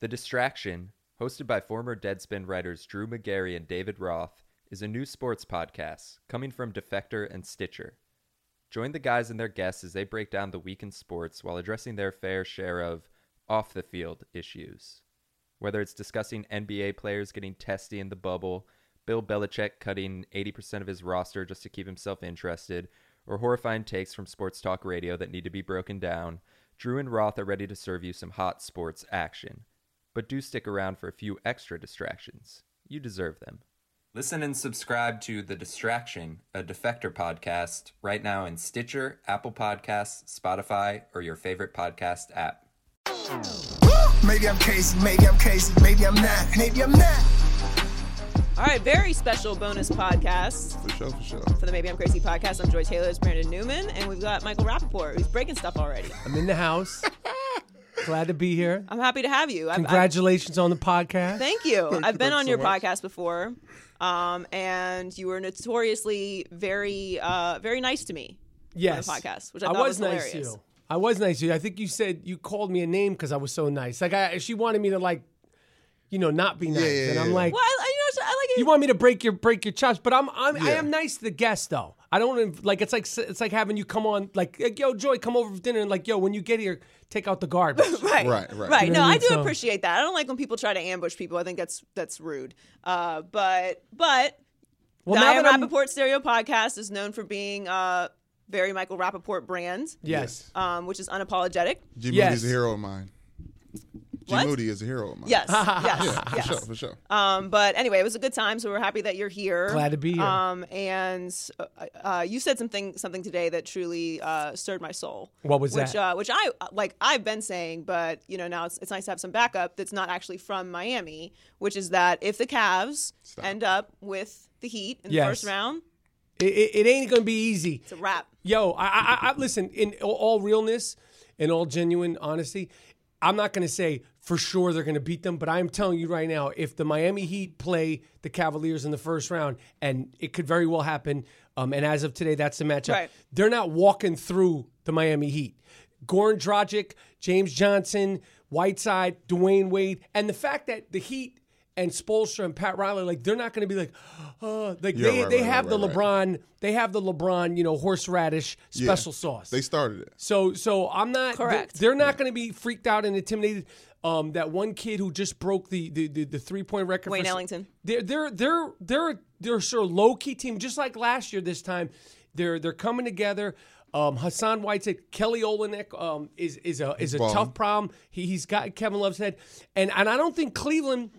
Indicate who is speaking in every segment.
Speaker 1: The Distraction, hosted by former Deadspin writers Drew McGarry and David Roth, is a new sports podcast coming from Defector and Stitcher. Join the guys and their guests as they break down the week in sports while addressing their fair share of off the field issues. Whether it's discussing NBA players getting testy in the bubble, Bill Belichick cutting 80% of his roster just to keep himself interested, or horrifying takes from sports talk radio that need to be broken down, Drew and Roth are ready to serve you some hot sports action. But do stick around for a few extra distractions. You deserve them. Listen and subscribe to The Distraction, a Defector podcast, right now in Stitcher, Apple Podcasts, Spotify, or your favorite podcast app.
Speaker 2: Maybe I'm crazy, maybe I'm crazy, maybe I'm not, maybe I'm not.
Speaker 3: All right, very special bonus podcast
Speaker 4: For sure, for sure.
Speaker 3: for the Maybe I'm Crazy podcast. I'm Joy Taylor, it's Brandon Newman, and we've got Michael Rappaport who's breaking stuff already.
Speaker 5: I'm in the house. Glad to be here.
Speaker 3: I'm happy to have you. I've, I've-
Speaker 5: Congratulations on the podcast.
Speaker 3: thank you. I've been
Speaker 4: Thanks
Speaker 3: on
Speaker 4: so
Speaker 3: your
Speaker 4: much.
Speaker 3: podcast before, um, and you were notoriously very, uh, very nice to me.
Speaker 5: yes.
Speaker 3: podcast, which I thought was
Speaker 5: nice to
Speaker 3: hilarious.
Speaker 5: you. I was nice to you. I think you said you called me a name because I was so nice. Like I, she wanted me to like, you know, not be nice,
Speaker 4: yeah,
Speaker 5: and I'm
Speaker 4: yeah.
Speaker 5: like,
Speaker 3: Well, I, I, you know, I like it.
Speaker 5: you want me to break your break your chops, but I'm I'm I
Speaker 4: Yeah.
Speaker 5: am nice to the guests though. I don't inv- like it's like s- it's like having you come on like, like, yo Joy come over for dinner and like yo when you get here take out the garbage.
Speaker 3: Right,
Speaker 4: Right, right.
Speaker 3: right.
Speaker 5: You
Speaker 3: no,
Speaker 5: know what
Speaker 3: I
Speaker 5: I mean?
Speaker 3: do
Speaker 5: So-
Speaker 3: appreciate that. I don't like when people try to ambush people. I think that's that's rude. Uh, but but
Speaker 5: well
Speaker 3: Diane
Speaker 5: that I'm-
Speaker 3: Rappaport Stereo Podcast is known for being uh, very Michael Rappaport brand,
Speaker 5: yes
Speaker 3: um, which is unapologetic.
Speaker 4: G
Speaker 5: Yes.
Speaker 4: Moody's a hero of mine. G
Speaker 3: What?
Speaker 4: Moody is a hero of mine.
Speaker 3: Yes, yes,
Speaker 4: Yeah, for
Speaker 3: yes.
Speaker 4: sure, for sure.
Speaker 3: Um, but anyway, it was a good time, so we're happy that you're here.
Speaker 5: Glad to be here.
Speaker 3: Um, and uh, uh, you said something something today that truly uh, stirred my soul.
Speaker 5: What was
Speaker 3: which,
Speaker 5: that?
Speaker 3: Uh, which I like. I've been saying, but you know now it's, it's nice to have some backup that's not actually from Miami. Which is that if the Cavs end up with the Heat in
Speaker 5: Yes.
Speaker 3: the first round,
Speaker 5: it, it, it ain't gonna be easy.
Speaker 3: it's a wrap.
Speaker 5: Yo, I, I, I- I listen. In all- all realness, in all genuine honesty, I'm not going to say for sure they're going to beat them, but I'm telling you right now, if the Miami Heat play the Cavaliers in the first round, and it could very well happen, um, and as of today, that's the matchup.
Speaker 3: Right.
Speaker 5: They're not walking through the Miami Heat. Goran Dragic, James Johnson, Whiteside, Dwayne Wade, and the fact that the Heat and Spolstra and Pat Riley, like they're not going to be like, oh, like
Speaker 4: Yeah,
Speaker 5: they,
Speaker 4: right,
Speaker 5: they
Speaker 4: right,
Speaker 5: have
Speaker 4: right,
Speaker 5: the
Speaker 4: right, right.
Speaker 5: LeBron. LeBron- they have the LeBron, you know, horseradish
Speaker 4: Yeah.
Speaker 5: special sauce.
Speaker 4: They started it.
Speaker 5: so so I'm not they're-
Speaker 3: Correct.
Speaker 5: They're, not going to be freaked out and intimidated. Um, that one kid who just broke the the, the, the three point record.
Speaker 3: Wayne
Speaker 5: for-
Speaker 3: Ellington.
Speaker 5: They're they're they're they're they're sort of low key team, just like last year. This time, they're they're coming together. Um, Hassan Whiteside, Kelly Olenek um, is is a is a
Speaker 4: Balling.
Speaker 5: tough problem. He, he's got Kevin Love's head, and and I don't think Cleveland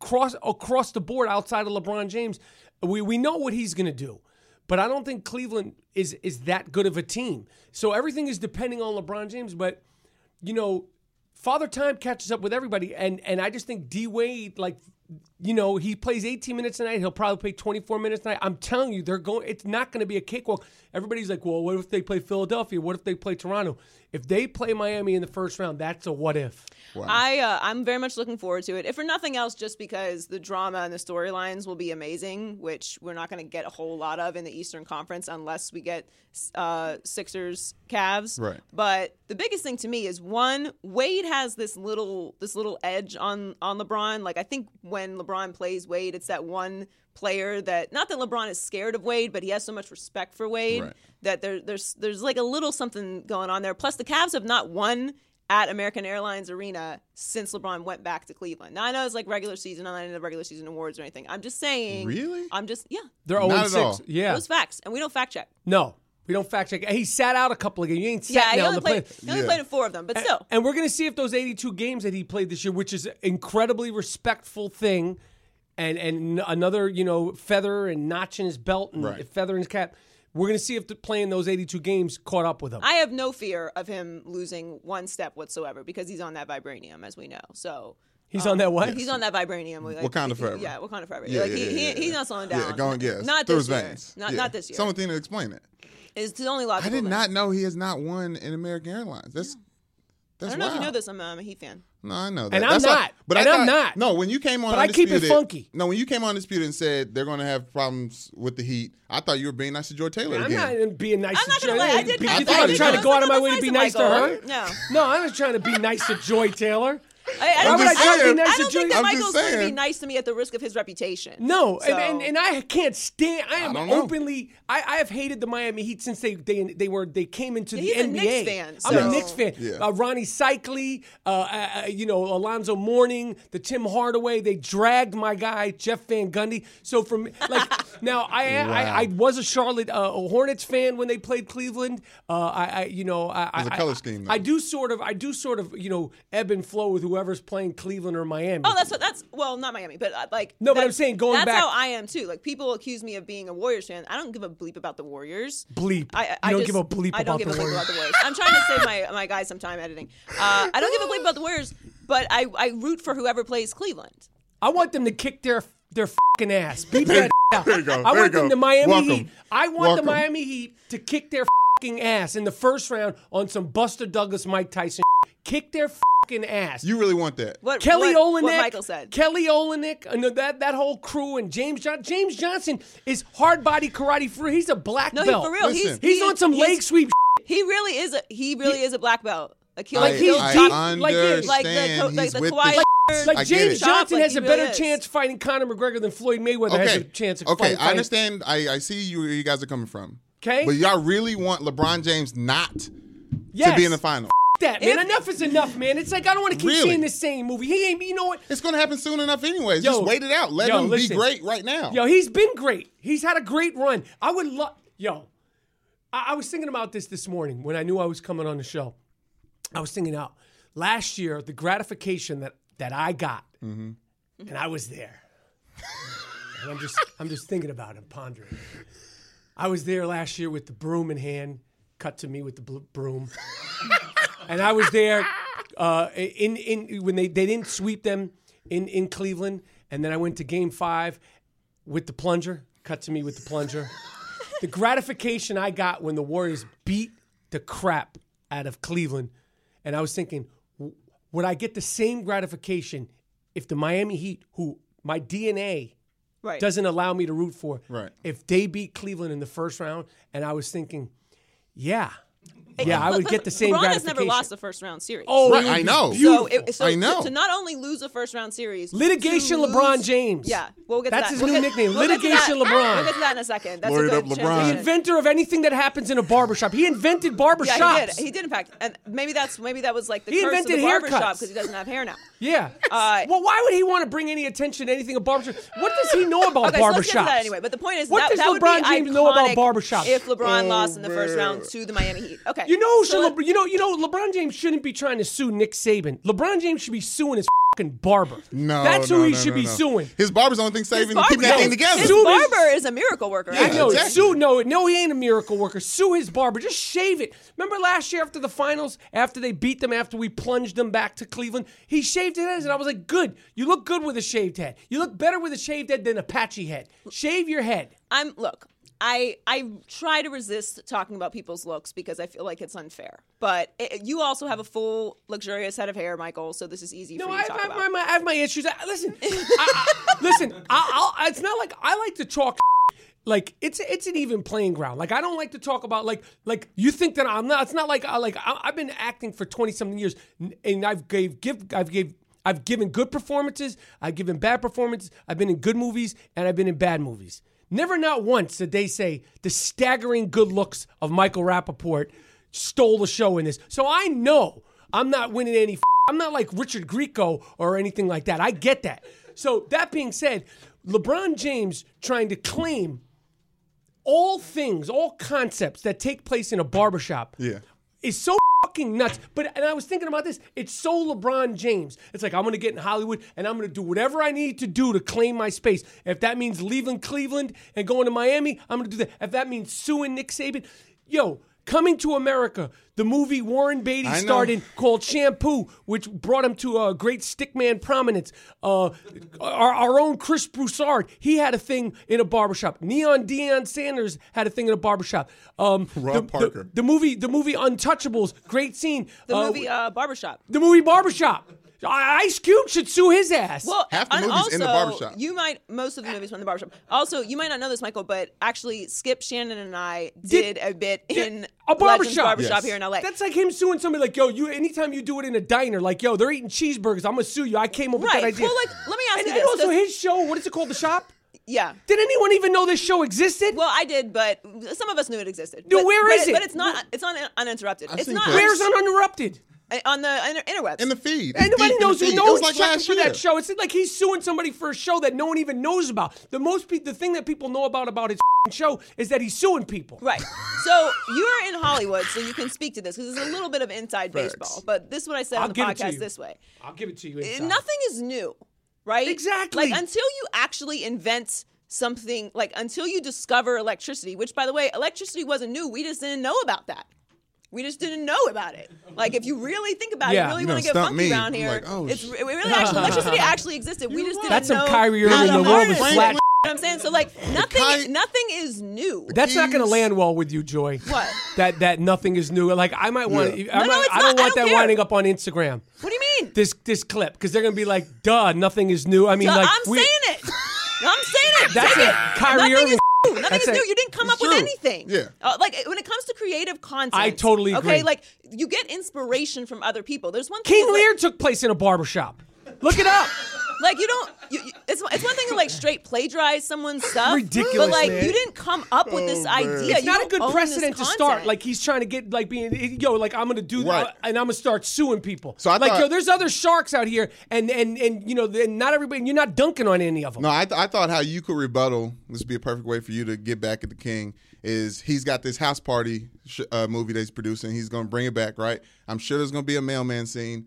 Speaker 5: cross across the board outside of LeBron James. We we know what he's going to do, but I don't think Cleveland is is that good of a team. So everything is depending on LeBron James. But you know, Father Time catches up with everybody, and and I just think D Wade like. You know he plays 18 minutes tonight. He'll probably play 24 minutes tonight. I'm telling you, they're going. It's not going to be a cakewalk. Everybody's like, "Well, what if they play Philadelphia? What if they play Toronto? If they play Miami in the first round, that's a what if."
Speaker 3: I uh, I'm very much looking forward to it. If for nothing else, just because the drama and the storylines will be amazing, which we're not going to get a whole lot of in the Eastern Conference unless we get uh, Sixers, Cavs.
Speaker 4: Right.
Speaker 3: But the biggest thing to me is one Wade has this little this little edge on on LeBron. Like I think when LeBron plays Wade, it's that one player that not that LeBron is scared of Wade, but he has so much respect for Wade
Speaker 4: Right.
Speaker 3: that there, there's there's like a little something going on there. Plus, the Cavs have not won at American Airlines Arena since LeBron went back to Cleveland. Now I know it's like regular season, I'm not into regular season awards or anything. I'm just saying.
Speaker 4: Really?
Speaker 3: I'm just yeah.
Speaker 5: They're
Speaker 4: Not
Speaker 5: 0
Speaker 4: at
Speaker 5: 6.
Speaker 4: all.
Speaker 5: Yeah.
Speaker 3: Those facts, and we don't fact check.
Speaker 5: no, we don't fact check. He sat out a couple of games. You ain't sat
Speaker 3: Yeah, he
Speaker 5: now on
Speaker 3: only
Speaker 5: the
Speaker 3: played.
Speaker 5: plane.
Speaker 3: He only
Speaker 4: Yeah.
Speaker 3: played in four of them, but still.
Speaker 5: And we're going to see if those 82 games that he played this year, which is an incredibly respectful thing, and, and n- another, you know, feather and notch in his belt and
Speaker 4: Right.
Speaker 5: feather in his cap, we're going to see if the, playing those 82 games caught up with him.
Speaker 3: I have no fear of him losing one step whatsoever because he's on that vibranium, as we know. So
Speaker 5: He's on that what?
Speaker 3: hehe's on that vibranium. Like,
Speaker 4: Wakanda
Speaker 3: he-
Speaker 4: forever.
Speaker 3: Yeah, Wakanda forever.
Speaker 4: Yeah,
Speaker 3: like
Speaker 4: yeah,
Speaker 3: he,
Speaker 4: yeah,
Speaker 3: he,
Speaker 4: yeah.
Speaker 3: he's not slowing down.
Speaker 4: Yeah, go and guess.
Speaker 3: Not
Speaker 4: Through
Speaker 3: this
Speaker 4: his
Speaker 3: year.
Speaker 4: veins.
Speaker 3: Not
Speaker 4: Yeah.
Speaker 3: not this year.
Speaker 4: It's the only thing to explain it.
Speaker 3: It's the only logical.
Speaker 4: I did
Speaker 3: thing.
Speaker 4: not know he has not won in American Airlines. That's
Speaker 3: I
Speaker 4: that's
Speaker 3: don't know if you know
Speaker 4: wild.
Speaker 3: this. I'm, um, a Heat fan.
Speaker 4: No, I know that.
Speaker 5: And I'm
Speaker 4: That's why-
Speaker 5: not.
Speaker 4: but
Speaker 5: And
Speaker 4: I
Speaker 5: I'm
Speaker 4: thought-
Speaker 5: not.
Speaker 4: No, when you came on,
Speaker 5: But I keep it
Speaker 4: Undisputed-
Speaker 5: funky.
Speaker 4: No, when you came on Undisputed and said they're going to have problems with the Heat, I thought you were being nice to George Taylor
Speaker 5: I'm
Speaker 4: again.
Speaker 5: not being nice
Speaker 3: I'm not
Speaker 5: to
Speaker 3: gonna
Speaker 5: Joy.
Speaker 3: lie. I did.
Speaker 5: You
Speaker 3: kinda-
Speaker 5: think
Speaker 3: I
Speaker 5: I'm
Speaker 3: did
Speaker 5: trying
Speaker 3: kinda
Speaker 5: to go out of
Speaker 3: think
Speaker 5: my
Speaker 3: that's
Speaker 5: way to be nice to
Speaker 3: Michael.
Speaker 5: her?
Speaker 3: No.
Speaker 5: No, I'm not trying to be nice to Joy Taylor.
Speaker 3: I, I,
Speaker 5: Why would I
Speaker 3: don't-
Speaker 5: try
Speaker 3: Michael's-
Speaker 4: saying.
Speaker 5: nice
Speaker 3: I don't
Speaker 5: to
Speaker 3: think
Speaker 5: Julian.
Speaker 3: that
Speaker 4: I'm just
Speaker 3: Michael's going to be
Speaker 4: saying.
Speaker 3: nice to me at the risk of his reputation.
Speaker 5: No,
Speaker 3: So-
Speaker 5: and, and and I can't stand. I am
Speaker 4: don't know.
Speaker 5: openly. I, I have hated the Miami Heat since they they they were they came into
Speaker 3: Yeah, he's
Speaker 5: the
Speaker 3: a
Speaker 5: NBA.
Speaker 3: Knicks fan,
Speaker 5: I'm a
Speaker 3: so-
Speaker 5: Knicks fan.
Speaker 4: Yeah.
Speaker 5: Uh, Ronnie Cycli, uh, uh, uh, you know Alonzo Mourning, the Tim Hardaway. They dragged my guy Jeff Van Gundy. So from like now, I, I I was a Charlotte uh, Hornets fan when they played Cleveland. Uh, I, I you know I
Speaker 4: was a
Speaker 5: I-
Speaker 4: color
Speaker 5: I-
Speaker 4: scheme, though.
Speaker 5: I do sort of I do sort of you know ebb and flow with whoever's playing Cleveland or Miami.
Speaker 3: Oh, that's what that's well, not Miami, but uh, like
Speaker 5: No, but I'm
Speaker 3: that's-
Speaker 5: saying going
Speaker 3: that's
Speaker 5: back-
Speaker 3: how I am too. Like people accuse me of being a Warriors fan. I don't give a bleep about the Warriors.
Speaker 5: Bleep.
Speaker 3: I, I,
Speaker 5: You
Speaker 3: I
Speaker 5: don't
Speaker 3: just-
Speaker 5: give a bleep
Speaker 3: I don't
Speaker 5: about
Speaker 3: give
Speaker 5: the
Speaker 3: a bleep
Speaker 5: Warriors.
Speaker 3: about the Warriors. I'm trying to save my my guys some time editing. Uh, I don't give a bleep about the Warriors, but I I root for whoever plays Cleveland.
Speaker 5: I want them to kick their their fucking ass. Beat that out.
Speaker 4: There you
Speaker 5: I
Speaker 4: go. There
Speaker 5: want
Speaker 4: you
Speaker 5: them
Speaker 4: go.
Speaker 5: to Miami
Speaker 4: Welcome.
Speaker 5: Heat. I want
Speaker 4: Welcome.
Speaker 5: the Miami Heat to kick their fucking ass in the first round on some Buster Douglas, Mike Tyson. shit. Kick their fucking ass.
Speaker 4: You really want that?
Speaker 3: What
Speaker 5: Kelly
Speaker 3: what,
Speaker 5: Olenek,
Speaker 3: what Michael said.
Speaker 5: Kelly Olenek, and that that whole crew, and James John, James Johnson is hard body karate free. He's a black
Speaker 3: no, he,
Speaker 5: belt.
Speaker 3: for real, he's
Speaker 4: Listen.
Speaker 5: He's
Speaker 3: he-
Speaker 5: on some
Speaker 3: he's-
Speaker 5: leg sweep.
Speaker 3: He really is a he really is a black belt. Like he
Speaker 5: Like
Speaker 4: I,
Speaker 5: he's
Speaker 4: I
Speaker 5: deep-
Speaker 4: understand.
Speaker 5: like he-
Speaker 3: like the co- like
Speaker 4: he's
Speaker 3: the
Speaker 4: with
Speaker 3: Kawhi
Speaker 4: this
Speaker 3: Leonard,
Speaker 5: Like
Speaker 4: I get
Speaker 5: James
Speaker 4: it.
Speaker 5: Johnson
Speaker 3: Like,
Speaker 5: has
Speaker 3: he
Speaker 5: a
Speaker 3: really
Speaker 5: better
Speaker 3: is.
Speaker 5: chance fighting Conor McGregor than Floyd Mayweather has a
Speaker 4: Okay.
Speaker 5: chance. of
Speaker 4: Okay,
Speaker 5: fighting-
Speaker 4: I understand. I, I see you. Where you guys are coming from.
Speaker 5: 'Kay.
Speaker 4: but y'all really want LeBron James not
Speaker 5: Yes.
Speaker 4: to be in the final.
Speaker 5: that, man.
Speaker 3: If-
Speaker 5: enough is enough, man. It's like I don't want to keep
Speaker 4: Really?
Speaker 5: seeing the same movie. He ain't. You know what?
Speaker 4: It's gonna happen soon enough, anyways.
Speaker 5: Yo,
Speaker 4: Just wait it out. Let
Speaker 5: yo,
Speaker 4: him
Speaker 5: listen.
Speaker 4: be great right now.
Speaker 5: Yo, he's been great. He's had a great run. I would love. Yo, I-, I was thinking about this this morning when I knew I was coming on the show. I was thinking out last year the gratification that that I got, and I was there. and I'm just I'm just thinking about it, pondering. it. I was there last year with the broom in hand. Cut to me with the bl- broom. and I was there uh, in in when they, they didn't sweep them in in Cleveland, and then I went to Game Five with the plunger. Cut to me with the plunger. the gratification I got when the Warriors beat the crap out of Cleveland, and I was thinking, w- would I get the same gratification if the Miami Heat, who my DNA
Speaker 3: Right.
Speaker 5: doesn't allow me to root for,
Speaker 4: Right.
Speaker 5: if they beat Cleveland in the first round, and I was thinking, yeah. Yeah, I
Speaker 3: But
Speaker 5: would get the same
Speaker 3: LeBron has
Speaker 5: gratification.
Speaker 3: never lost a first round series.
Speaker 5: Oh,
Speaker 4: Right,
Speaker 5: it would
Speaker 4: I
Speaker 5: be
Speaker 4: know.
Speaker 3: So,
Speaker 5: beautiful.
Speaker 3: it, so
Speaker 4: I
Speaker 3: to-
Speaker 4: know.
Speaker 3: To, not only lose a first round series,
Speaker 5: Litigation
Speaker 3: to lose-
Speaker 5: LeBron James.
Speaker 3: Yeah, we'll get to
Speaker 5: That's
Speaker 3: that.
Speaker 5: his
Speaker 3: We'll
Speaker 5: new
Speaker 3: get-
Speaker 5: nickname,
Speaker 3: we'll get to
Speaker 5: Litigation
Speaker 3: that-
Speaker 5: LeBron.
Speaker 3: We'll get to that in a second. That's
Speaker 4: Word
Speaker 3: a
Speaker 4: up,
Speaker 3: good
Speaker 4: LeBron.
Speaker 5: the
Speaker 3: transition.
Speaker 5: inventor of anything that happens in a barbershop. He invented barbershops.
Speaker 3: Yeah, he did. He did, in fact, and maybe that's maybe that was like the
Speaker 5: He
Speaker 3: curse of the
Speaker 5: invented
Speaker 3: barbershop
Speaker 5: haircuts.
Speaker 3: because he doesn't have hair now.
Speaker 5: Yeah.
Speaker 3: Uh,
Speaker 5: well, why would he want to bring any attention to anything a barbershop? What does he know about
Speaker 3: Okay, so
Speaker 5: barbershops?
Speaker 3: let's get to that anyway. But the point is,
Speaker 5: what
Speaker 3: that,
Speaker 5: does
Speaker 3: that would be
Speaker 5: LeBron James know about
Speaker 3: iconic
Speaker 5: barbershops?
Speaker 3: If LeBron lost in the first
Speaker 4: man.
Speaker 3: round to the Miami Heat, okay,
Speaker 5: you know, who should
Speaker 3: so let-
Speaker 5: LeBron- you know, you know, LeBron James shouldn't be trying to sue Nick Saban. LeBron James should be suing his fucking barber.
Speaker 4: No,
Speaker 5: that's who
Speaker 4: no,
Speaker 5: he
Speaker 4: no,
Speaker 5: should
Speaker 4: no,
Speaker 5: be
Speaker 4: no.
Speaker 5: suing.
Speaker 4: His barber's the only thing saving
Speaker 3: Barber-
Speaker 4: keeping that
Speaker 5: No,
Speaker 4: thing together.
Speaker 3: His
Speaker 5: Dude,
Speaker 3: barber is a miracle worker.
Speaker 4: Yeah,
Speaker 5: I know.
Speaker 3: actually.
Speaker 4: exactly.
Speaker 5: Sue, no, no, he ain't a miracle worker. Sue his barber. Just shave it. Remember last year after the finals, after they beat them, after we plunged them back to Cleveland, he shaved his head, and I was like, "Good, you look good with a shaved head. You look better with a shaved head than a patchy head. Shave your head."
Speaker 3: I'm look. I I try to resist talking about people's looks because I feel like it's unfair. But it, you also have a full luxurious head of hair, Michael. So this is easy
Speaker 5: No,
Speaker 3: for you
Speaker 5: I
Speaker 3: to talk
Speaker 5: have, I, have
Speaker 3: about.
Speaker 5: my, my, I have my issues. I, listen, I, I, listen. I, I'll, it's not like I like to talk. Like it's it's an even playing ground. Like I don't like to talk about like like you think that I'm not. It's not like I like I, I've been acting for twenty something years, n- and I've gave give I've gave I've given good performances. I've given bad performances. I've been in good movies and I've been in bad movies. Never not once did they say the staggering good looks of Michael Rappaport stole the show in this. So I know I'm not winning any. F- I'm not like Richard Grieco or anything like that. I get that. So that being said, LeBron James trying to claim all things, all concepts that take place in a barbershop
Speaker 4: Yeah.
Speaker 5: is so fucking nuts. But and I was thinking about this. It's so LeBron James. It's like I'm gonna get in Hollywood and I'm gonna do whatever I need to do to claim my space. If that means leaving Cleveland and going to Miami, I'm gonna do that. If that means suing Nick Saban, yo. Coming to America, the movie Warren Beatty
Speaker 4: I know.
Speaker 5: starred in called Shampoo, which brought him to a great stickman prominence. Uh, our, our own Chris Broussard, he had a thing in a barbershop. Neon Dion Sanders had a thing in a barbershop. Um,
Speaker 4: Rob
Speaker 5: the-
Speaker 4: Parker.
Speaker 5: the the movie, the movie Untouchables, great scene.
Speaker 3: the
Speaker 4: Oh,
Speaker 5: Uh,
Speaker 3: movie uh, Barbershop.
Speaker 5: the movie Barbershop. Ice Cube should sue his ass.
Speaker 3: Well,
Speaker 4: Half the
Speaker 3: and
Speaker 4: movies
Speaker 3: also,
Speaker 4: in the barbershop.
Speaker 3: You might most of the movies from the barbershop. Also, you might not know this, Michael, but actually, Skip Shannon and I
Speaker 5: Did-
Speaker 3: did, a bit in
Speaker 5: a barbershop.
Speaker 3: Legends barbershop
Speaker 4: Yes.
Speaker 3: here in LA.
Speaker 5: That's like him suing somebody like, yo, you anytime you do it in a diner, like, yo, they're eating cheeseburgers, I'm gonna sue you. I came up with
Speaker 3: Right.
Speaker 5: that idea.
Speaker 3: Well, like, let me ask
Speaker 5: and,
Speaker 3: you
Speaker 5: and
Speaker 3: this.
Speaker 5: also
Speaker 3: Does-
Speaker 5: his show, what is it called? The shop?
Speaker 3: yeah.
Speaker 5: Did anyone even know this show existed?
Speaker 3: Well, I did, but some of us knew it existed.
Speaker 5: Dude,
Speaker 3: but,
Speaker 5: where
Speaker 3: but
Speaker 5: is it?
Speaker 3: But it's not. It's on uninterrupted.
Speaker 4: I've
Speaker 3: it's
Speaker 4: seen
Speaker 3: not.
Speaker 4: clips.
Speaker 5: Where's Uninterrupted?
Speaker 3: Uh, on the inter- interwebs?
Speaker 4: in the feed.
Speaker 5: And nobody
Speaker 4: Deep in the
Speaker 5: knows who
Speaker 4: feed. It
Speaker 5: knows
Speaker 4: was like
Speaker 5: checking
Speaker 4: last
Speaker 5: for
Speaker 4: year.
Speaker 5: that show. It's like he's suing somebody for a show that no one even knows about. The most pe- the thing that people know about about his show is that he's suing people.
Speaker 3: Right. So you're in Hollywood, so you can speak to this because it's a little bit of inside
Speaker 4: Facts.
Speaker 3: baseball. But this is what I said
Speaker 5: I'll
Speaker 3: on the
Speaker 5: give it to you.
Speaker 3: podcast this way.
Speaker 5: I'll give it to you.
Speaker 3: Eh,
Speaker 5: Inside.
Speaker 3: Nothing is new, right?
Speaker 5: Exactly.
Speaker 3: Like until you actually invent something, like until you discover electricity, which by the way, electricity wasn't new. We just didn't know about that. We just didn't know about it. Like, if you really think about
Speaker 5: Yeah.
Speaker 3: it, you really want
Speaker 5: You
Speaker 4: done
Speaker 3: to get
Speaker 4: stumped
Speaker 3: funky
Speaker 4: me.
Speaker 3: around
Speaker 4: I'm
Speaker 3: here.
Speaker 4: like, oh,
Speaker 3: it's
Speaker 4: sh-
Speaker 3: it really actually electricity actually existed. We just didn't
Speaker 5: That's
Speaker 3: know.
Speaker 5: some Kyrie
Speaker 3: how
Speaker 5: Irving.
Speaker 3: to
Speaker 5: The world
Speaker 3: harness
Speaker 5: is
Speaker 3: it. You
Speaker 5: flat.
Speaker 3: know what I'm saying? So like nothing
Speaker 4: Ky-
Speaker 3: nothing is new.
Speaker 5: That's not going to land well with you, Joy.
Speaker 3: What?
Speaker 5: That that nothing is new. Like I might want.
Speaker 4: Yeah.
Speaker 5: I,
Speaker 3: No, no,
Speaker 5: might-
Speaker 3: it's
Speaker 5: I
Speaker 3: not. I
Speaker 5: don't want
Speaker 3: don't
Speaker 5: that
Speaker 3: care.
Speaker 5: winding up on Instagram.
Speaker 3: what do you mean?
Speaker 5: This this clip because they're going to be like, duh, nothing is new. I mean,
Speaker 3: Duh,
Speaker 5: like
Speaker 3: I'm
Speaker 5: we-
Speaker 3: saying it. I'm saying it.
Speaker 5: That's
Speaker 3: Take
Speaker 5: it.
Speaker 3: it.
Speaker 5: Kyrie
Speaker 3: Nothing
Speaker 5: Irving
Speaker 3: Is new. Nothing
Speaker 5: That's
Speaker 3: is
Speaker 5: it.
Speaker 3: new. You didn't come up
Speaker 4: It's
Speaker 3: with
Speaker 4: true.
Speaker 3: anything.
Speaker 4: Yeah.
Speaker 3: Uh, like when it comes to creative content,
Speaker 5: I totally agree.
Speaker 3: Okay, like you get inspiration from other people. There's one thing
Speaker 5: King
Speaker 3: is, like-
Speaker 5: Lear took place in a barbershop. Look it up.
Speaker 3: Like you don't. You, you- it's it's one thing to like straight plagiarize someone's stuff.
Speaker 5: Ridiculous,
Speaker 3: But like
Speaker 5: man.
Speaker 3: you didn't come up with this
Speaker 4: Oh, man.
Speaker 3: idea.
Speaker 4: It's
Speaker 5: It's
Speaker 3: You
Speaker 5: not a
Speaker 3: don't
Speaker 5: good
Speaker 3: own this
Speaker 5: precedent to start.
Speaker 3: content.
Speaker 5: Like he's trying to get like being yo, like I'm gonna do
Speaker 4: Right.
Speaker 5: that, and I'm gonna start suing people.
Speaker 4: So I
Speaker 5: like
Speaker 4: thought-
Speaker 5: yo, there's other sharks out here, and and and you know, and not everybody. You're not dunking on any of them.
Speaker 4: No, I, th- I thought how you could rebuttal. This would be a perfect way for you to get back at the king. Is he's got this house party sh- uh, movie that he's producing? He's going to bring it back, right? I'm sure there's going to be a mailman scene.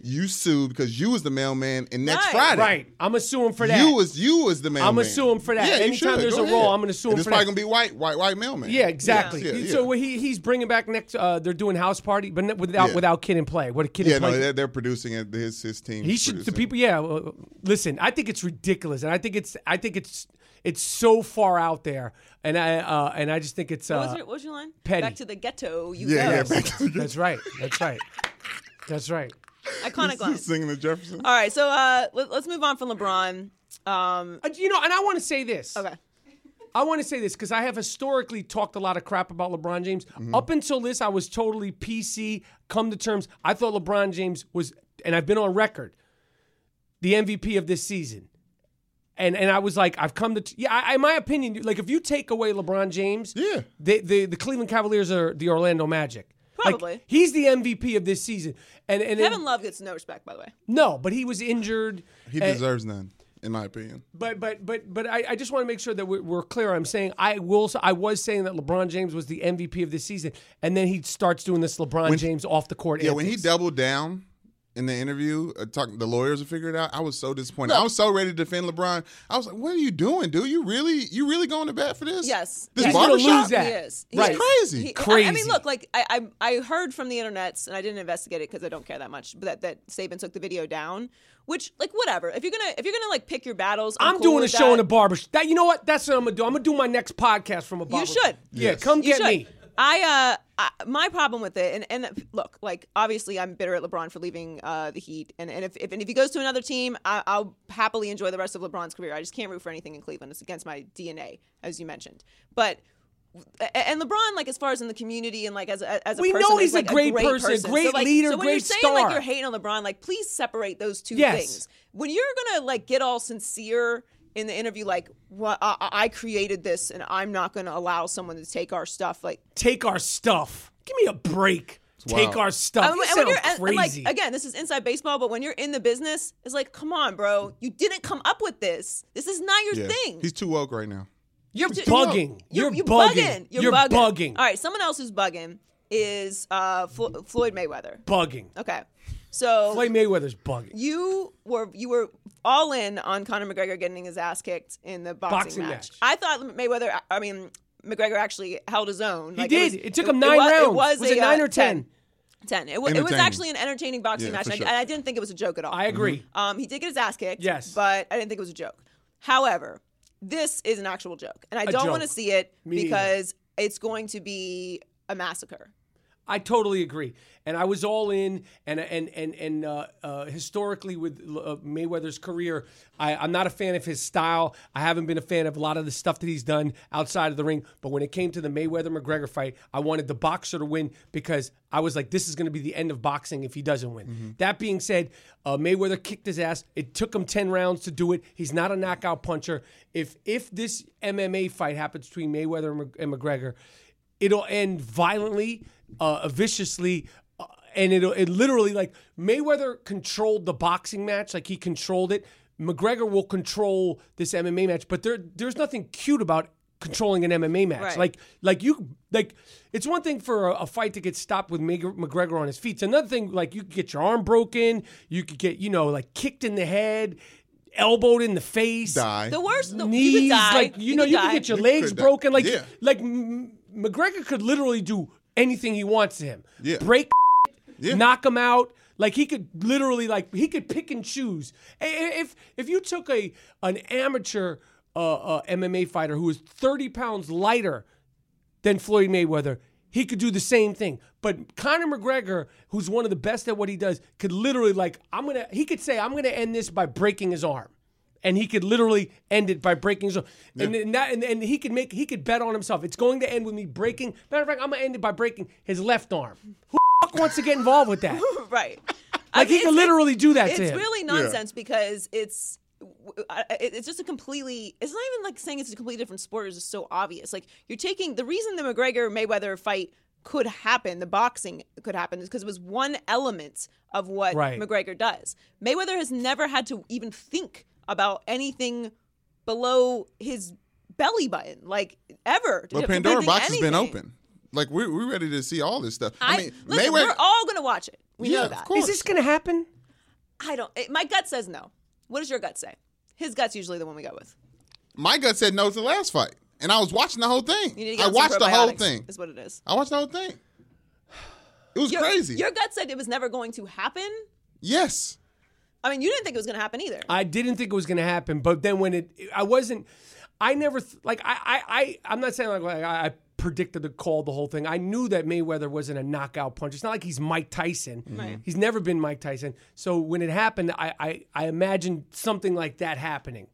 Speaker 4: You sued because you was the mailman, and next
Speaker 3: Right.
Speaker 4: Friday,
Speaker 5: Right? I'm assuming for that.
Speaker 4: You was you was the mailman.
Speaker 5: sue him for that.
Speaker 4: Yeah, you
Speaker 5: Anytime
Speaker 4: should.
Speaker 5: there's
Speaker 4: Go
Speaker 5: a role,
Speaker 4: ahead.
Speaker 5: I'm gonna sue
Speaker 4: And
Speaker 5: him
Speaker 4: It's
Speaker 5: for that.
Speaker 4: probably gonna be white, white, white mailman.
Speaker 5: Yeah, exactly.
Speaker 4: Yeah, yeah,
Speaker 5: So
Speaker 4: yeah.
Speaker 5: he he's bringing back next. Uh, they're doing house party, but n- without
Speaker 4: Yeah.
Speaker 5: without kid and play. What a kid
Speaker 4: yeah,
Speaker 5: and play.
Speaker 4: no, they're, they're producing it. His his team.
Speaker 5: he should the people. Yeah, uh, listen. I think it's ridiculous, and I think it's I think it's it's so far out there, and I uh, and I just think it's. Uh,
Speaker 3: what was, your, what was your line?
Speaker 5: petty.
Speaker 3: Back to the ghetto. You
Speaker 4: Yeah, yeah.
Speaker 3: know.
Speaker 4: Back to the
Speaker 5: That's right. That's right. That's right.
Speaker 3: Iconic line.
Speaker 4: singing the Jefferson.
Speaker 3: All right, so uh, let, let's move on from LeBron. Um,
Speaker 5: Uh, You know, and I want to say this.
Speaker 3: okay.
Speaker 5: I want to say this because I have historically talked a lot of crap about LeBron James. Up until this, I was totally PC, come to terms. I thought LeBron James was, and I've been on record, the MVP of this season. And and I was like, I've come to, t- yeah, I, in my opinion, like if you take away LeBron James,
Speaker 4: Yeah.
Speaker 5: the, the, the Cleveland Cavaliers are the Orlando Magic. Like,
Speaker 3: Probably.
Speaker 5: he's the MVP of this season. And, and
Speaker 3: Kevin Love gets no respect, by the way.
Speaker 5: no, but he was injured.
Speaker 4: He
Speaker 5: and-
Speaker 4: deserves none, in my opinion.
Speaker 5: But but but but I, I just want to make sure that we're, we're clear. I'm saying I will. I was saying that LeBron James was the MVP of this season, and then he starts doing this LeBron James off the court.
Speaker 4: Yeah, when he
Speaker 5: antics.
Speaker 4: doubled down in the interview, uh, talking the lawyers to figure it out. I was so disappointed. I was so ready to defend LeBron. I was like, "What are you doing, dude? You really, you really going to bat for this?
Speaker 3: Yes.
Speaker 4: this
Speaker 5: He's gonna
Speaker 4: barbershop.
Speaker 5: lose that.
Speaker 3: He is. He
Speaker 5: Right.
Speaker 3: is.
Speaker 4: Crazy.
Speaker 3: He- I- I,
Speaker 5: Crazy.
Speaker 3: mean, look, like I, I I heard from the internets, and I didn't investigate it because I don't care that much. But that, that Saban took the video down, which like whatever. If you're gonna if you're gonna like pick your battles, I'm,
Speaker 5: I'm
Speaker 3: cool
Speaker 5: doing a
Speaker 3: with
Speaker 5: show
Speaker 3: that.
Speaker 5: in a barber. sh- That you know what? That's what I'm gonna do. I'm gonna do my next podcast from a barber.
Speaker 3: should.
Speaker 5: Yeah,
Speaker 4: Yes.
Speaker 3: You
Speaker 5: come get
Speaker 3: should.
Speaker 5: me.
Speaker 3: I, uh, I my problem with it, and and uh, look, like obviously I'm bitter at LeBron for leaving uh, the Heat, and and if, if and if he goes to another team, I, I'll happily enjoy the rest of LeBron's career. I just can't root for anything in Cleveland. It's against my DNA, as you mentioned. But a- and LeBron, like as far as in the community and like as a, as a
Speaker 5: We
Speaker 3: person,
Speaker 5: know
Speaker 3: is,
Speaker 5: he's a
Speaker 3: like,
Speaker 5: great person,
Speaker 3: person,
Speaker 5: great
Speaker 3: so, like,
Speaker 5: leader,
Speaker 3: So when you're
Speaker 5: great
Speaker 3: saying
Speaker 5: star.
Speaker 3: like you're hating on LeBron, like please separate those two
Speaker 5: Yes.
Speaker 3: things. When you're gonna like get all sincere in the interview, like what I, I I created this, and I'm not gonna allow someone to take our stuff, like.
Speaker 5: Take our stuff. Give me a break. Take
Speaker 4: wild.
Speaker 5: our stuff.
Speaker 3: And
Speaker 5: You
Speaker 3: when- and when
Speaker 5: sound
Speaker 3: you're- and- and,
Speaker 5: crazy.
Speaker 3: like again, this is inside baseball, but when you're in the business, it's like, come on, bro, you didn't come up with this. This is not your
Speaker 4: Yeah.
Speaker 3: thing.
Speaker 4: He's too woke right now.
Speaker 5: you're bugging. You're,
Speaker 3: you
Speaker 5: bugging.
Speaker 3: You're, bugging. All right, someone else who's bugging is uh, Flo- Floyd Mayweather.
Speaker 5: Bugging.
Speaker 3: Okay, so
Speaker 5: Floyd Mayweather's bugging.
Speaker 3: you were you were all in on Conor McGregor getting his ass kicked in the boxing,
Speaker 5: Boxing match.
Speaker 3: I thought Mayweather. I mean. McGregor actually held his own.
Speaker 5: He
Speaker 3: Like,
Speaker 5: did.
Speaker 3: was-
Speaker 5: It took him nine
Speaker 3: was-
Speaker 5: rounds.
Speaker 3: was,
Speaker 5: Was
Speaker 3: a,
Speaker 5: it nine
Speaker 3: uh,
Speaker 5: or 10?
Speaker 3: 10. It, wa- it was
Speaker 4: Entertaining.
Speaker 3: actually an entertaining boxing
Speaker 4: Yeah,
Speaker 3: match.
Speaker 4: for
Speaker 3: and
Speaker 4: sure.
Speaker 3: I, and I didn't think it was a joke at all.
Speaker 5: I agree.
Speaker 4: Mm-hmm.
Speaker 3: Um, he did get his ass kicked.
Speaker 5: Yes.
Speaker 3: But I didn't think it was a joke. However, this is an actual joke. And I don't want to
Speaker 5: joke.
Speaker 3: see it
Speaker 5: Me neither.
Speaker 3: because it's going to be a massacre.
Speaker 5: I totally agree, and I was all in. And and and and uh, uh, historically, with uh, Mayweather's career, I, I'm not a fan of his style. I haven't been a fan of a lot of the stuff that he's done outside of the ring. But when it came to the Mayweather McGregor fight, I wanted the boxer to win because I was like, this is going to be the end of boxing if he doesn't win. That being said, uh, Mayweather kicked his ass. It took him ten rounds to do it. He's not a knockout puncher. If if this MMA fight happens between Mayweather and Mc- and McGregor it'll end violently, uh, viciously, uh, and it'll it literally like Mayweather controlled the boxing match, like he controlled it. McGregor will control this MMA match, but there there's nothing cute about controlling an MMA match.
Speaker 3: Right.
Speaker 5: Like like you like it's one thing for a, a fight to get stopped with Meg- McGregor on his feet. It's another thing like you could get your arm broken, you could get you know like kicked in the head, elbowed in the face,
Speaker 4: Die.
Speaker 3: The worst, the,
Speaker 5: knees,
Speaker 3: you could die.
Speaker 5: like you, know,
Speaker 3: could
Speaker 5: you can
Speaker 3: die.
Speaker 5: get your legs
Speaker 4: could die.
Speaker 5: broken. Like
Speaker 4: Yeah.
Speaker 5: like M- McGregor could literally do anything he wants to him.
Speaker 4: Yeah.
Speaker 5: break,
Speaker 4: Yeah.
Speaker 5: knock him out. Like he could literally like he could pick and choose. I- I- If if you took a an amateur uh, uh, MMA fighter who is thirty pounds lighter than Floyd Mayweather. He could do the same thing. But Conor McGregor, who's one of the best at what he does, could literally like I'm going to he could say I'm going to end this by breaking his arm. And he could literally end it by breaking his arm. And, then that, and and he could make he could bet on himself. It's going to end with me breaking. Matter of fact, I'm going to end it by breaking his left arm. Who the fuck wants to get involved with that?
Speaker 3: right.
Speaker 5: Like he could literally do that
Speaker 3: it's
Speaker 5: to him.
Speaker 3: really nonsense because it's w- I- I- it's just a completely it's not even like saying it's a completely different sport is just so obvious like you're taking the reason the mcgregor mayweather fight could happen the boxing could happen is because it was one element of what
Speaker 5: Right.
Speaker 3: mcgregor does mayweather has never had to even think about anything below his belly button like ever
Speaker 4: But
Speaker 3: to-
Speaker 4: Pandora
Speaker 3: depending
Speaker 4: box has been
Speaker 3: anything.
Speaker 4: open. Like we're we're ready to see all this stuff. I,
Speaker 3: I,
Speaker 4: mean,
Speaker 3: listen,
Speaker 4: Mayweather.
Speaker 3: we're all gonna watch it we
Speaker 4: yeah,
Speaker 3: know that
Speaker 4: of
Speaker 5: Is
Speaker 4: course.
Speaker 5: this going to happen?
Speaker 3: I don't. It, my gut says no. What does your gut say? His gut's usually the one we go with.
Speaker 4: My gut said no to the last fight, and I was watching the whole thing.
Speaker 3: You need to get
Speaker 4: I
Speaker 3: on some
Speaker 4: watched the whole
Speaker 3: probiotics,
Speaker 4: thing.
Speaker 3: Is what it is.
Speaker 4: I watched the whole thing. It was
Speaker 3: Your,
Speaker 4: crazy.
Speaker 3: Your gut said it was never going to happen.
Speaker 4: yes.
Speaker 3: I mean, you didn't think it was going to happen either.
Speaker 5: I didn't think it was going to happen, but then when it, I wasn't, I never th- like I I I I'm not saying like, like I, I predicted the call the whole thing. I knew that Mayweather wasn't a knockout punch. It's not like he's Mike Tyson. Mm-hmm.
Speaker 3: Right.
Speaker 5: He's never been Mike Tyson. So when it happened, I I, I imagined something like that happening.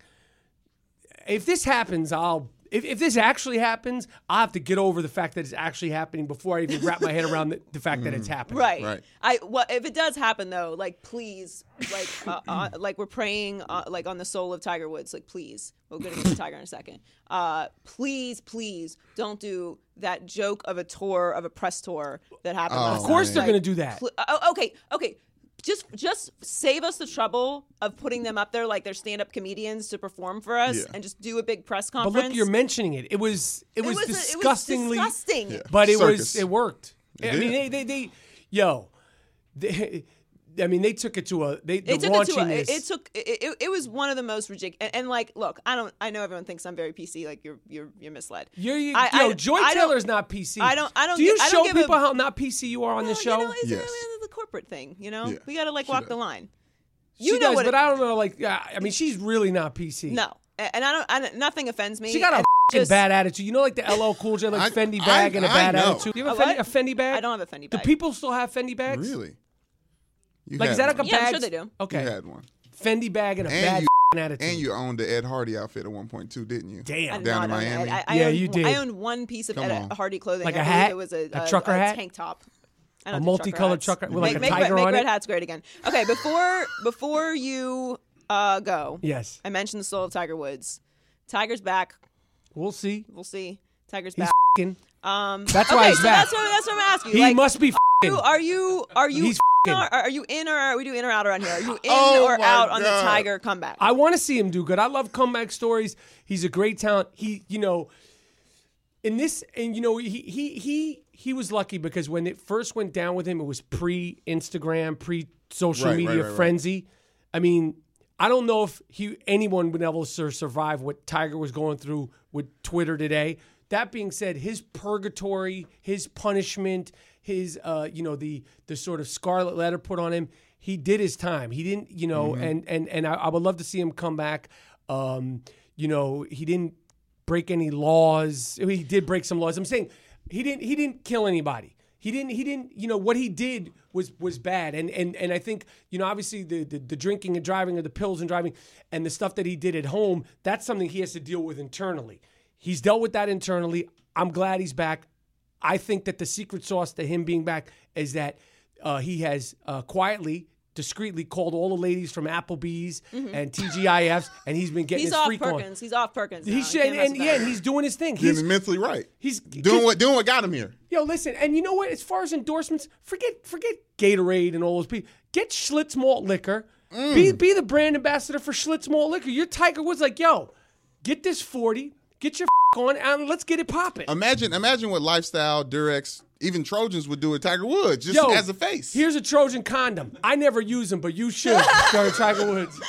Speaker 5: If this happens, I'll. If, if this actually happens, I'll have to get over the fact that it's actually happening before I even wrap my head around the, the fact that it's happening.
Speaker 3: Right.
Speaker 4: Right.
Speaker 3: I well, if it does happen though, like please, like uh, uh, like we're praying uh, like on the soul of Tiger Woods, like please, we'll get into Tiger in a second. Uh, please, please don't do that joke of a tour of a press tour that
Speaker 4: Oh,
Speaker 3: happened. last
Speaker 5: Of course,
Speaker 3: night.
Speaker 5: they're
Speaker 3: Like,
Speaker 5: going to do that.
Speaker 3: Pl- oh, okay, okay. Just just save us the trouble of putting them up there like they're stand up comedians to perform for us
Speaker 4: Yeah.
Speaker 3: and just do a big press
Speaker 5: But
Speaker 3: conference.
Speaker 5: look, you're mentioning it. It was it,
Speaker 3: It
Speaker 5: was,
Speaker 3: was a- it was
Speaker 5: disgustingly
Speaker 3: disgusting. Yeah.
Speaker 5: but it was
Speaker 4: Circus.
Speaker 5: it worked. I
Speaker 4: did.
Speaker 5: mean, they they, they yo, they, I mean, they took it to a they the
Speaker 3: it took it to a,
Speaker 5: raunchiness.
Speaker 3: it, it took it, it, it was one of the most ridiculous and, and like look I don't I know everyone thinks I'm very PC like you're you're you're misled
Speaker 5: You're, you,
Speaker 3: I-
Speaker 5: yo,
Speaker 3: I-
Speaker 5: Joy
Speaker 3: I don't-
Speaker 5: Taylor's not PC.
Speaker 3: I don't- I don't
Speaker 5: Do you
Speaker 3: gi- I
Speaker 5: show
Speaker 3: don't give a-
Speaker 5: people how not PC you are on this
Speaker 3: Well,
Speaker 5: show?
Speaker 3: you know, it's
Speaker 4: Yes.
Speaker 3: really the corporate thing you know
Speaker 4: Yeah,
Speaker 3: we gotta like
Speaker 4: she
Speaker 3: walk
Speaker 4: does.
Speaker 3: the line
Speaker 5: she
Speaker 3: you know
Speaker 5: does,
Speaker 3: what
Speaker 5: but
Speaker 3: it-
Speaker 5: I don't know. Like, yeah, I mean, she's really not PC.
Speaker 3: no A- and I don't, I don't nothing offends me
Speaker 5: she got a
Speaker 3: and
Speaker 5: f***ing
Speaker 3: just-
Speaker 5: bad attitude. You know, like the LL Cool J, like
Speaker 4: I-
Speaker 5: Fendi
Speaker 4: I-
Speaker 5: bag and a
Speaker 4: I
Speaker 5: bad
Speaker 4: know.
Speaker 5: attitude. Do you have a,
Speaker 3: A
Speaker 5: Fendi, a
Speaker 3: what?
Speaker 5: Fendi bag?
Speaker 3: I don't have a Fendi
Speaker 5: Do
Speaker 3: bag.
Speaker 5: people still have Fendi bags?
Speaker 4: Really. You
Speaker 5: Like, is
Speaker 4: had
Speaker 5: that like a
Speaker 4: one.
Speaker 3: Yeah, I'm
Speaker 5: bag?
Speaker 3: sure they do.
Speaker 5: Okay,
Speaker 4: You had one,
Speaker 5: Fendi bag and a
Speaker 4: And
Speaker 5: bad
Speaker 4: you-
Speaker 5: f***ing attitude.
Speaker 4: and you owned the Ed Hardy outfit at one point too, didn't you?
Speaker 5: Damn. I did
Speaker 4: Down in
Speaker 3: not own it.
Speaker 4: Miami.
Speaker 3: I, I
Speaker 5: Yeah,
Speaker 3: owned,
Speaker 5: you did.
Speaker 3: I owned one piece of
Speaker 4: Come
Speaker 3: Ed
Speaker 4: on.
Speaker 3: Hardy clothing.
Speaker 5: Like
Speaker 3: I
Speaker 5: a
Speaker 3: believe
Speaker 5: hat?
Speaker 3: It was a,
Speaker 5: A trucker hat?
Speaker 3: tank top. I
Speaker 5: A
Speaker 3: don't do trucker
Speaker 5: multicolored
Speaker 3: hats.
Speaker 5: trucker- with
Speaker 3: make,
Speaker 5: like a
Speaker 3: make
Speaker 5: tiger
Speaker 3: red,
Speaker 5: on
Speaker 3: make
Speaker 5: it?
Speaker 3: red hats great again. Okay, before before you uh, go,
Speaker 5: Yes.
Speaker 3: I mentioned the soul of Tiger Woods. Tiger's back.
Speaker 5: We'll see.
Speaker 3: We'll see. Tiger's
Speaker 5: He's
Speaker 3: back.
Speaker 5: fing
Speaker 3: Um,
Speaker 5: That's
Speaker 3: okay,
Speaker 5: why he's
Speaker 3: so
Speaker 5: back.
Speaker 3: That's what, that's what I'm asking you.
Speaker 5: He
Speaker 3: like,
Speaker 5: must be fing
Speaker 3: you- Are you are you
Speaker 5: He's
Speaker 3: in,
Speaker 5: f***ing.
Speaker 3: or, are you in or are we do in or out around here? Are you in
Speaker 4: Oh
Speaker 3: or
Speaker 4: my
Speaker 3: out on the
Speaker 4: God.
Speaker 3: Tiger comeback?
Speaker 5: I want to see him do good. I love comeback stories. He's a great talent. He, you know, in this, and you know, he he he he was lucky because when it first went down with him, it was pre Instagram, pre social
Speaker 4: Right, right,
Speaker 5: media
Speaker 4: right, right.
Speaker 5: frenzy. I mean, I don't know if he anyone would ever sur- survive what Tiger was going through with Twitter today. That being said, his purgatory, his punishment, his uh, you know the the sort of scarlet letter put on him. He did his time. He didn't, you know,
Speaker 4: Mm-hmm.
Speaker 5: and and and I, I would love to see him come back. Um, you know, he didn't break any laws. I mean, He did break some laws. I'm saying he didn't. He didn't kill anybody. He didn't. He didn't. You know what he did was was bad. And and and I think you know obviously the, the the drinking and driving or the pills and driving and the stuff that he did at home. That's something he has to deal with internally. He's dealt with that internally. I'm glad he's back. I think that the secret sauce to him being back is that uh, he has uh, quietly, discreetly called all the ladies from Applebee's and TGIFs, and he's been getting
Speaker 3: He's
Speaker 5: his
Speaker 3: off
Speaker 5: freak on.
Speaker 3: Perkins. He's off Perkins. now.
Speaker 5: He
Speaker 3: You
Speaker 5: should,
Speaker 3: can't
Speaker 5: and,
Speaker 3: mess
Speaker 5: and
Speaker 3: with
Speaker 5: yeah,
Speaker 3: that.
Speaker 5: and he's doing his thing.
Speaker 4: Getting
Speaker 5: He's
Speaker 4: mentally right.
Speaker 5: he's
Speaker 4: doing what doing what got him here.
Speaker 5: Yo, listen, and you know what? As far as endorsements, forget forget Gatorade and all those people. Get Schlitz malt liquor.
Speaker 4: Mm.
Speaker 5: Be be the brand ambassador for Schlitz malt liquor. Your Tiger Woods like, yo, get this forty, get your on, and let's get it popping.
Speaker 4: Imagine imagine what lifestyle Durex, even Trojans would do with Tiger Woods just
Speaker 5: Yo,
Speaker 4: as a face.
Speaker 5: Here's a Trojan condom. I never use them, but you should, Sir Tiger Woods.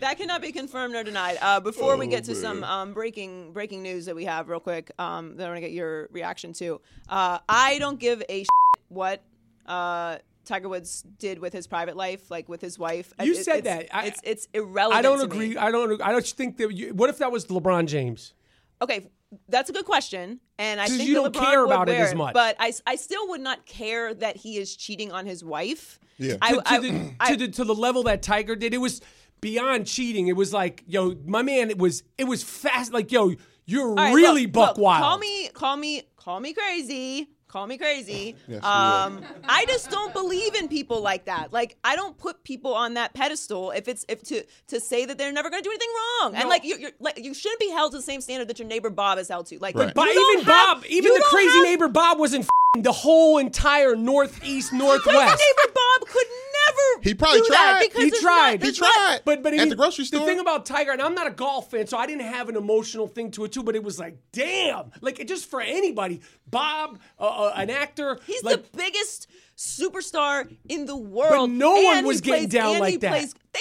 Speaker 3: That cannot be confirmed nor denied. Uh, before we
Speaker 5: Oh,
Speaker 3: get to some um, breaking breaking news that we have real quick, um, that I want to get your reaction to. Uh, I don't give a shit what uh, Tiger Woods did with his private life, like with his wife.
Speaker 5: You
Speaker 3: It-
Speaker 5: said
Speaker 3: it's-
Speaker 5: that. I-
Speaker 3: it's it's irrelevant.
Speaker 5: I don't
Speaker 3: to
Speaker 5: agree.
Speaker 3: me.
Speaker 5: I don't. I don't think that. You, what if that was LeBron James?
Speaker 3: Okay, that's a good question, and I
Speaker 5: 'Cause
Speaker 3: think
Speaker 5: you
Speaker 3: that
Speaker 5: don't
Speaker 3: LeBron
Speaker 5: care
Speaker 3: would
Speaker 5: about it
Speaker 3: wear
Speaker 5: as much.
Speaker 3: But I, I still would not care that he is cheating on his wife.
Speaker 4: Yeah.
Speaker 3: I,
Speaker 5: to, to
Speaker 3: I-
Speaker 5: the,
Speaker 3: I-
Speaker 5: to, the, to the level that Tiger did, it was beyond cheating. It was like, yo, my man, it was it was fast. Like, yo, you're
Speaker 3: All right,
Speaker 5: really
Speaker 3: look,
Speaker 5: buck
Speaker 3: look,
Speaker 5: wild.
Speaker 3: Call me, call me, call me crazy. Call me crazy.
Speaker 4: Yes, you
Speaker 3: um, I just don't believe in people like that. Like I don't put people on that pedestal if it's if to to say that they're never going to do anything wrong. And like you, you're like you shouldn't be held to the same standard that your neighbor Bob is held to. Like,
Speaker 4: Right.
Speaker 3: you
Speaker 5: but
Speaker 3: don't
Speaker 5: even
Speaker 3: have-
Speaker 5: Bob, even
Speaker 3: you
Speaker 5: the
Speaker 3: don't
Speaker 5: crazy
Speaker 3: have-
Speaker 5: neighbor Bob wasn't f***ing the whole entire northeast
Speaker 3: Crazy
Speaker 5: northwest.
Speaker 3: neighbor Bob could never.
Speaker 4: He probably
Speaker 3: do that
Speaker 4: tried.
Speaker 3: because
Speaker 5: He
Speaker 3: there's
Speaker 5: tried. He
Speaker 3: Not, there's
Speaker 4: tried.
Speaker 3: Not,
Speaker 5: But but I
Speaker 4: At
Speaker 5: mean,
Speaker 4: the grocery
Speaker 5: The
Speaker 4: store?
Speaker 5: thing about Tiger, and I'm not a golf fan, so I didn't have an emotional thing to it too. But it was like, damn, like it just for anybody, Bob, uh, uh, an actor,
Speaker 3: He's
Speaker 5: like,
Speaker 3: the biggest superstar in the world.
Speaker 5: no one
Speaker 3: and
Speaker 5: was
Speaker 3: he
Speaker 5: getting
Speaker 3: plays,
Speaker 5: down
Speaker 3: and
Speaker 5: like
Speaker 3: he
Speaker 5: that.
Speaker 3: Plays, they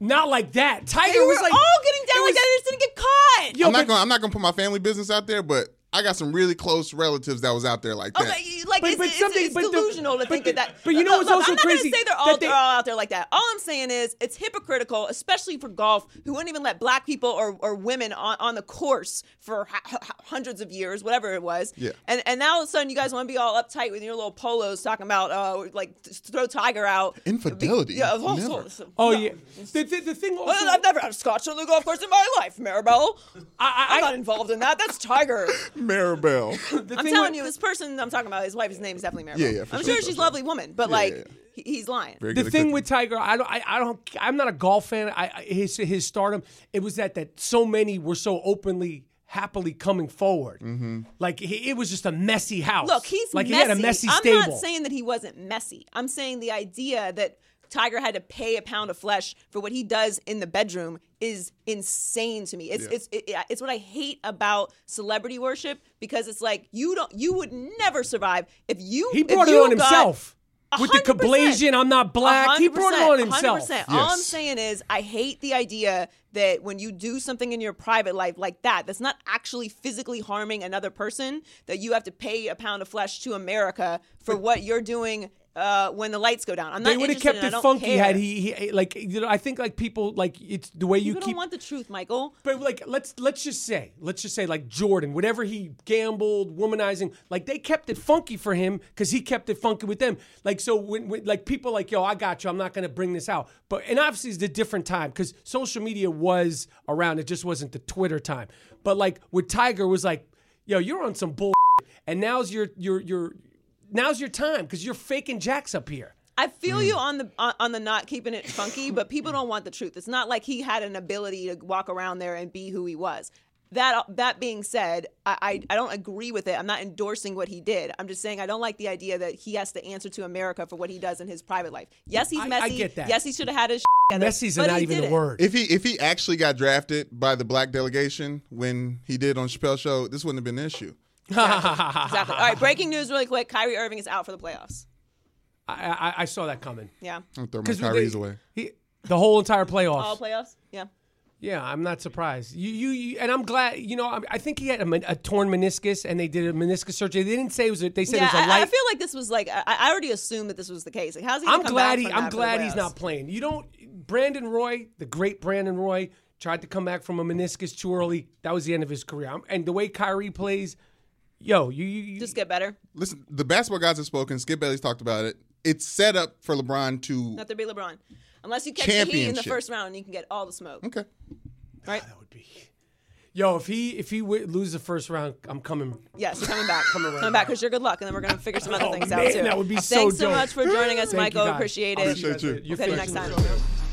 Speaker 5: not like that. Tiger
Speaker 3: They
Speaker 5: was
Speaker 3: were
Speaker 5: like
Speaker 3: all getting down
Speaker 5: it
Speaker 3: like
Speaker 5: was-
Speaker 3: that. I just didn't get caught.
Speaker 5: Yo,
Speaker 4: I'm
Speaker 5: but-
Speaker 4: not gonna I'm not gonna put my family business out there, but I got some really close relatives that was out there like that.
Speaker 3: okay, you- like
Speaker 5: But-
Speaker 3: it's,
Speaker 5: but
Speaker 3: it's,
Speaker 5: something-
Speaker 3: it's
Speaker 5: but the-
Speaker 3: delusional to
Speaker 5: but
Speaker 3: think
Speaker 5: the-
Speaker 3: of that.
Speaker 5: but you know
Speaker 3: Look,
Speaker 5: what's
Speaker 3: look,
Speaker 5: also
Speaker 3: I'm not
Speaker 5: crazy?
Speaker 3: gonna say they're
Speaker 5: That
Speaker 3: all
Speaker 5: they-
Speaker 3: they're all out there like that. All I'm saying is it's hypocritical, especially for golf, who wouldn't even let black people or, or women on, on the course for h- h- hundreds of years, whatever it was.
Speaker 4: Yeah.
Speaker 3: And and now all of a sudden you guys want to be all uptight with your little polos talking about uh like th- throw Tiger out.
Speaker 4: Infidelity.
Speaker 3: Yeah, of all
Speaker 4: Never.
Speaker 3: sorts.
Speaker 5: Oh
Speaker 3: No.
Speaker 5: yeah, the, the, the thing. Also,
Speaker 3: Well, I've never had scotch on the golf course in my life, Maribel.
Speaker 5: I- I-
Speaker 3: I'm not involved in that. That's Tiger.
Speaker 4: Maribel.
Speaker 5: the
Speaker 3: I'm
Speaker 5: thing
Speaker 3: telling
Speaker 5: with-
Speaker 3: you, this person I'm talking about, his wife, his name is definitely Maribel.
Speaker 4: Yeah, yeah, for
Speaker 3: I'm
Speaker 4: sure,
Speaker 3: sure
Speaker 4: for
Speaker 3: she's a
Speaker 4: sure.
Speaker 3: lovely woman, but
Speaker 4: Yeah,
Speaker 3: like,
Speaker 4: yeah, yeah.
Speaker 3: he- he's lying.
Speaker 4: Very good
Speaker 5: The
Speaker 4: at
Speaker 5: thing
Speaker 4: cooking.
Speaker 5: with Tiger, I don't, I, I don't, I'm not a golf fan. I, I his his stardom, it was that that so many were so openly, happily coming forward. Mm-hmm. Like he, it was just a messy house.
Speaker 3: Look, he's
Speaker 5: like
Speaker 3: messy.
Speaker 5: he had a messy
Speaker 3: I'm
Speaker 5: stable.
Speaker 3: not saying that he wasn't messy. I'm saying the idea that Tiger had to pay a pound of flesh for what he does in the bedroom is insane to me. It's it's it, it- it's what I hate about celebrity worship because it's like you don't you would never survive if you
Speaker 5: he
Speaker 3: if
Speaker 5: brought it
Speaker 3: you
Speaker 5: on
Speaker 3: got-
Speaker 5: himself with the
Speaker 3: 100%.
Speaker 5: cablasian. I'm not black. He brought it
Speaker 3: 100%,
Speaker 5: on himself.
Speaker 3: 100%. All I'm
Speaker 4: Yes.
Speaker 3: saying is, I hate the idea that when you do something in your private life like that, that's not actually physically harming another person, that you have to pay a pound of flesh to America for what you're doing uh, when the lights go down. I'm not
Speaker 5: They would have
Speaker 3: interested
Speaker 5: kept
Speaker 3: in, I
Speaker 5: it
Speaker 3: don't
Speaker 5: funky
Speaker 3: care.
Speaker 5: had he, he like you know. I think like people like it's the way you
Speaker 3: People
Speaker 5: keep
Speaker 3: don't want the truth, Michael.
Speaker 5: But like, let's let's just say, let's just say, like Jordan, whatever he gambled, womanizing, like they kept it funky for him because he kept it funky with them. Like so, when, when like people like, yo, I got you. I'm not gonna bring this out. But and obviously it's a different time because social media was around. It just wasn't the Twitter time. But like with Tiger it was like, yo, you're on some bull, and now's your your your now's your time because you're faking jacks up here.
Speaker 3: I feel
Speaker 5: Mm.
Speaker 3: you on the on, on the not keeping it funky, but people don't want the truth. It's not like he had an ability to walk around there and be who he was. That that being said, I, I I don't agree with it. I'm not endorsing what he did. I'm just saying I don't like the idea that he has to answer to America for what he does in his private life. Yes, he's
Speaker 5: I- I
Speaker 3: messy.
Speaker 5: get that.
Speaker 3: Yes, he should have had his shit together,
Speaker 5: Messy's
Speaker 3: but
Speaker 5: not
Speaker 3: he
Speaker 5: even a
Speaker 3: didn't.
Speaker 5: word.
Speaker 4: If he if he actually got drafted by the black delegation when he did on Chappelle show, this wouldn't have been an issue.
Speaker 3: Exactly. All right. Breaking news, really quick. Kyrie Irving is out for the playoffs.
Speaker 5: I I, I saw that coming
Speaker 3: Yeah.
Speaker 4: I'm throwing my
Speaker 5: because
Speaker 4: Kyrie's away.
Speaker 5: He, the whole entire playoffs.
Speaker 3: All playoffs. Yeah.
Speaker 5: Yeah, I'm not surprised. You, you, you and I'm glad. You know, I, I think he had a, men- a torn meniscus, and they did a meniscus surgery. They didn't say it was. A, they said
Speaker 3: Yeah.
Speaker 5: it was a
Speaker 3: I,
Speaker 5: light.
Speaker 3: I feel like this was like I, I already assumed that this was the case. Like, how's he? gonna
Speaker 5: I'm
Speaker 3: come
Speaker 5: glad
Speaker 3: back
Speaker 5: he.
Speaker 3: from
Speaker 5: I'm
Speaker 3: that for the
Speaker 5: glad he's
Speaker 3: playoffs?
Speaker 5: not playing. You don't. Brandon Roy, the great Brandon Roy, tried to come back from a meniscus too early. That was the end of his career. I'm, and the way Kyrie plays, yo, you, you, you
Speaker 3: Just get better.
Speaker 4: Listen, the basketball guys have spoken. Skip Bailey's talked about it. It's set up for LeBron to.
Speaker 3: Not to be LeBron. Unless you catch the heat in the
Speaker 4: Championship.
Speaker 3: first round, you can get all the smoke.
Speaker 4: Okay.
Speaker 3: Right?
Speaker 5: that would be. Yo, if he if he w- loses the first round, I'm coming.
Speaker 3: Yes, you're coming back. coming
Speaker 5: right
Speaker 3: back because you're good luck, and then we're gonna figure some other
Speaker 5: Oh,
Speaker 3: things
Speaker 5: man,
Speaker 3: out too.
Speaker 5: that would be so
Speaker 3: Thanks so
Speaker 5: dope.
Speaker 3: much for joining us,
Speaker 5: Thank you,
Speaker 3: Michael.
Speaker 5: guys.
Speaker 3: Appreciate it.
Speaker 4: Appreciate you.
Speaker 5: You're
Speaker 3: Okay,
Speaker 5: fixing
Speaker 3: next
Speaker 5: this.
Speaker 3: time.